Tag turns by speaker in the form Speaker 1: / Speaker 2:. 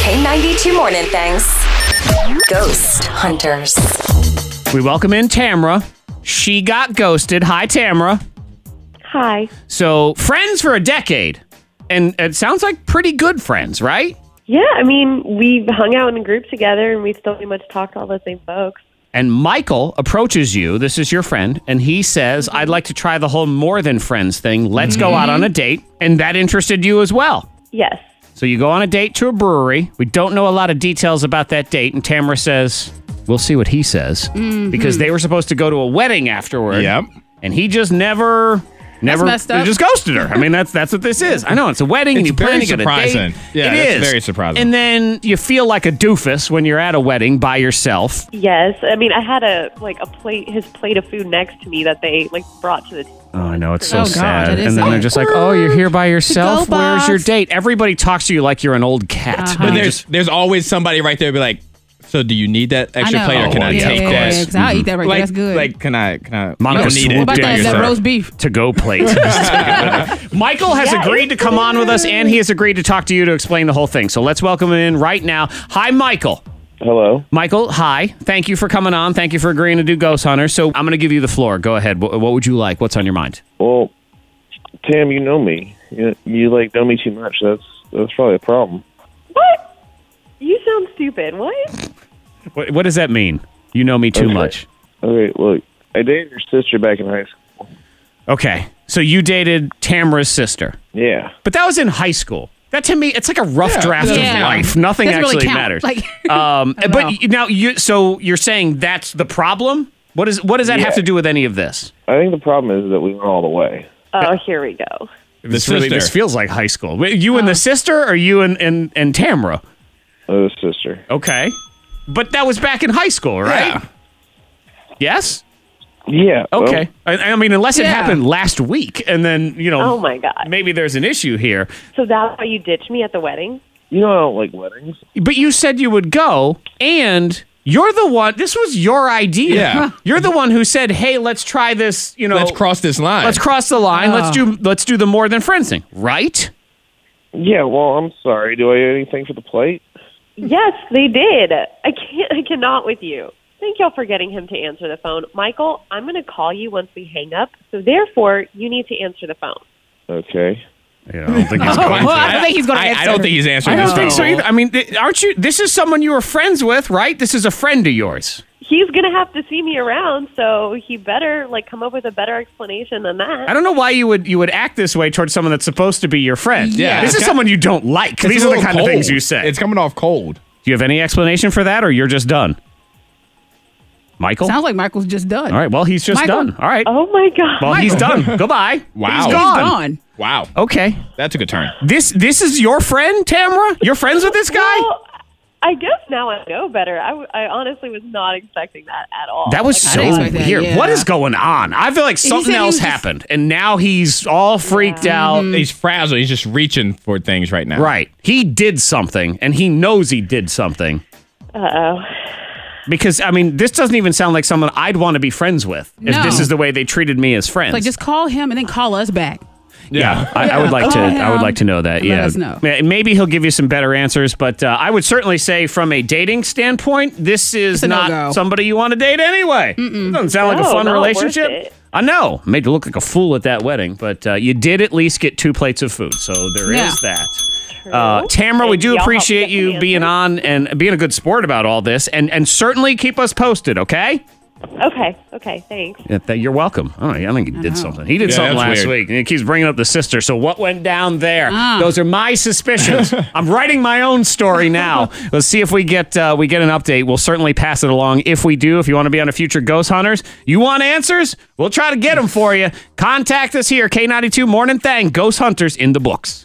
Speaker 1: K92 Morning Things. Ghost Hunters.
Speaker 2: We welcome in Tamra. She got ghosted. Hi, Tamra.
Speaker 3: Hi.
Speaker 2: So, friends for a decade. And it sounds like pretty good friends, right?
Speaker 3: Yeah, I mean, we hung out in a group together and we still pretty much talked to all the same folks.
Speaker 2: And Michael approaches you. This is your friend. And he says, I'd like to try the whole more than friends thing. Let's go out on a date. And that interested you as well.
Speaker 3: Yes.
Speaker 2: So, you go on a date to a brewery. We don't know a lot of details about that date. And Tamra says, We'll see what he says.
Speaker 4: Mm-hmm.
Speaker 2: Because they were supposed to go to a wedding afterward.
Speaker 5: Yep.
Speaker 2: and he just never never
Speaker 4: messed up.
Speaker 2: he just ghosted her. I mean, that's that's what this is. I know it's a wedding. and
Speaker 5: It's
Speaker 2: you plan to
Speaker 5: very
Speaker 2: get A
Speaker 5: surprising.
Speaker 2: date.
Speaker 5: Yeah,
Speaker 2: It
Speaker 5: that's
Speaker 2: is.
Speaker 5: very surprising.
Speaker 2: And then you feel like a doofus when you're at a wedding by yourself.
Speaker 3: Yes. I mean, I had a like a plate his plate of food next to me that they like brought to the
Speaker 2: Oh, I know it's so
Speaker 4: Oh, God,
Speaker 2: sad.
Speaker 4: it
Speaker 2: and
Speaker 4: is
Speaker 2: then they're just like, "Oh, you're here by yourself.
Speaker 4: go
Speaker 2: Where's
Speaker 4: box.
Speaker 2: your date?" Everybody talks to you like you're an old cat.
Speaker 4: Uh-huh.
Speaker 2: And
Speaker 5: But
Speaker 2: you
Speaker 5: there's
Speaker 2: just-
Speaker 5: there's always somebody right there be like, so do you need that extra
Speaker 4: I know. Oh,
Speaker 5: plate or can I
Speaker 4: yeah,
Speaker 5: take
Speaker 4: yeah,
Speaker 5: that?
Speaker 4: Yeah, yeah, 'cause I'll eat that right there.
Speaker 5: Like,
Speaker 4: That's good.
Speaker 5: Like, can I? Can I?
Speaker 2: Monica
Speaker 5: I don't need
Speaker 2: swooped
Speaker 5: it.
Speaker 4: what about
Speaker 2: damn
Speaker 4: that, that
Speaker 2: yourself.
Speaker 4: roast beef?
Speaker 2: to go plate. Michael has
Speaker 3: Yeah,
Speaker 2: agreed to
Speaker 3: it's
Speaker 2: come
Speaker 3: so
Speaker 2: on with us,
Speaker 3: good.
Speaker 2: and he has agreed to talk to you to explain the whole thing. So let's welcome him in right now. Hi, Michael.
Speaker 6: Hello.
Speaker 2: Michael, hi. Thank you for coming on. Thank you for agreeing to do Ghost Hunter. So I'm going to give you the floor. Go ahead. What, what would you like? What's on your mind?
Speaker 6: Well, Tam, you know me. You, you like know me too much. That's that's probably a problem.
Speaker 3: What? You sound stupid. What?
Speaker 2: What, what does that mean? You know me too
Speaker 6: Okay.
Speaker 2: much.
Speaker 6: Okay, look, I dated your sister back in high school.
Speaker 2: Okay. So you dated Tamara's sister,
Speaker 6: Yeah.
Speaker 2: but that was in high school. That to me, it's like a rough draft of
Speaker 4: Yeah.
Speaker 2: life. Nothing
Speaker 4: Doesn't really
Speaker 2: actually
Speaker 4: count.
Speaker 2: matters.
Speaker 4: Like-
Speaker 2: um,
Speaker 4: don't know.
Speaker 2: but you, now you. So you're saying that's the problem. What is? What does that
Speaker 6: Yeah.
Speaker 2: have to do with any of this?
Speaker 6: I think the problem is that we went all the way.
Speaker 3: Oh, here we go.
Speaker 2: This
Speaker 5: really-
Speaker 2: this
Speaker 5: this
Speaker 2: feels like high school. Wait, You and the
Speaker 4: Oh.
Speaker 2: sister, or you and and and Tamara?
Speaker 6: Oh, sister.
Speaker 2: Okay. But that was back in high school, right?
Speaker 5: Yeah.
Speaker 2: Yes?
Speaker 6: Yeah. well,
Speaker 2: Okay. I, I mean, unless it
Speaker 4: Yeah.
Speaker 2: happened last week and then, you know,
Speaker 3: Oh my god.
Speaker 2: maybe there's an issue here.
Speaker 3: So that's why you ditched me at the wedding?
Speaker 6: you know I don't like weddings.
Speaker 2: But you said you would go and. You're the one. This was your idea.
Speaker 5: Yeah.
Speaker 2: You're the one who said, "Hey, let's try this." You know,
Speaker 5: Let's cross this line.
Speaker 2: let's cross the line. Let's
Speaker 4: Oh.
Speaker 2: do. Let's do the more than friends thing, right?
Speaker 6: Yeah. Well, I'm sorry. Do I get anything for the plate?
Speaker 3: Yes, they did. I can't I cannot with you. Thank y'all for getting him to answer the phone. Michael, I'm gonna call you once we hang up, so therefore you need to answer the phone.
Speaker 6: Okay.
Speaker 2: Yeah, I don't think he's
Speaker 4: Well, I don't think he's going to
Speaker 5: I,
Speaker 4: answer.
Speaker 5: I don't think he's answering
Speaker 2: I
Speaker 5: this
Speaker 2: don't think so
Speaker 5: phone.
Speaker 2: either. I mean, th- aren't you? This is someone you were friends with, right? This is a friend of yours.
Speaker 3: He's gonna have to see me around, so he better like come up with a better explanation than that.
Speaker 2: I don't know why you would you would act this way towards someone that's supposed to be your friend.
Speaker 5: Yeah.
Speaker 2: this is
Speaker 5: Okay.
Speaker 2: someone you don't like.
Speaker 5: It's
Speaker 2: These
Speaker 5: a
Speaker 2: are the
Speaker 5: little
Speaker 2: kind of things
Speaker 5: cold.
Speaker 2: you say.
Speaker 5: It's coming off cold.
Speaker 2: Do you have any explanation for that, or you're just done, Michael?
Speaker 4: Sounds like Michael's just done.
Speaker 2: All right. Well, he's just
Speaker 4: Michael?
Speaker 2: done. All right.
Speaker 3: Oh my god.
Speaker 2: well, he's done. Goodbye.
Speaker 5: Wow.
Speaker 2: He's
Speaker 5: He's
Speaker 2: gone.
Speaker 4: He's gone.
Speaker 5: Wow.
Speaker 2: Okay.
Speaker 5: That took a turn.
Speaker 2: This this is your friend, Tamara. You're friends with this guy.
Speaker 3: Well, I guess now I know better. I, w- I honestly was not expecting that at all.
Speaker 2: that was
Speaker 4: I
Speaker 2: so
Speaker 4: didn't expect that,
Speaker 2: weird.
Speaker 4: yeah.
Speaker 2: What is going on? I feel like something
Speaker 4: said he
Speaker 2: else
Speaker 4: was just- Mm-hmm.
Speaker 2: happened, and now he's all freaked out.
Speaker 5: He's frazzled. He's just reaching for things right now.
Speaker 2: Right. He did something, and he knows he did something.
Speaker 3: Uh oh.
Speaker 2: Because I mean, this doesn't even sound like someone I'd want to be friends with. If
Speaker 4: No.
Speaker 2: this is the way they treated me as friends,
Speaker 4: Like, just call him and then call us back.
Speaker 2: yeah, I, I would like to.
Speaker 4: Call
Speaker 2: I would
Speaker 4: him
Speaker 2: like to know that.
Speaker 4: and
Speaker 2: yeah,
Speaker 4: let us know.
Speaker 2: Ma- maybe he'll give you some better answers. But uh, I would certainly say, from a dating standpoint, this is
Speaker 4: a
Speaker 2: not
Speaker 4: no-go.
Speaker 2: somebody you want to date anyway. It doesn't sound like a
Speaker 3: No,
Speaker 2: fun
Speaker 3: not worth
Speaker 2: relationship.
Speaker 3: it.
Speaker 2: I know, made you look like a fool at that wedding, but uh, you did at least get two plates of food, so there is
Speaker 4: Yeah.
Speaker 2: that. Uh, Tamara, we
Speaker 3: Thank
Speaker 2: do
Speaker 3: y'all.
Speaker 2: appreciate
Speaker 3: Definitely
Speaker 2: you being
Speaker 3: answer.
Speaker 2: on and being a good sport about all this, and and certainly keep us posted, okay?
Speaker 3: Okay. Okay. Thanks.
Speaker 2: Yeah, th- you're welcome. I don't know. I think he did something. He did
Speaker 5: Yeah,
Speaker 2: something
Speaker 5: that's
Speaker 2: last
Speaker 5: weird.
Speaker 2: week. And he keeps bringing up the sister. So what went down there?
Speaker 4: Ah.
Speaker 2: Those are my suspicions. I'm writing my own story now. Let's see if we get uh, we get an update. We'll certainly pass it along. If we do, if you want to be on a future Ghost Hunters, you want answers? We'll try to get them for you. Contact us here, K92 Morning Thang, Ghost Hunters in the books.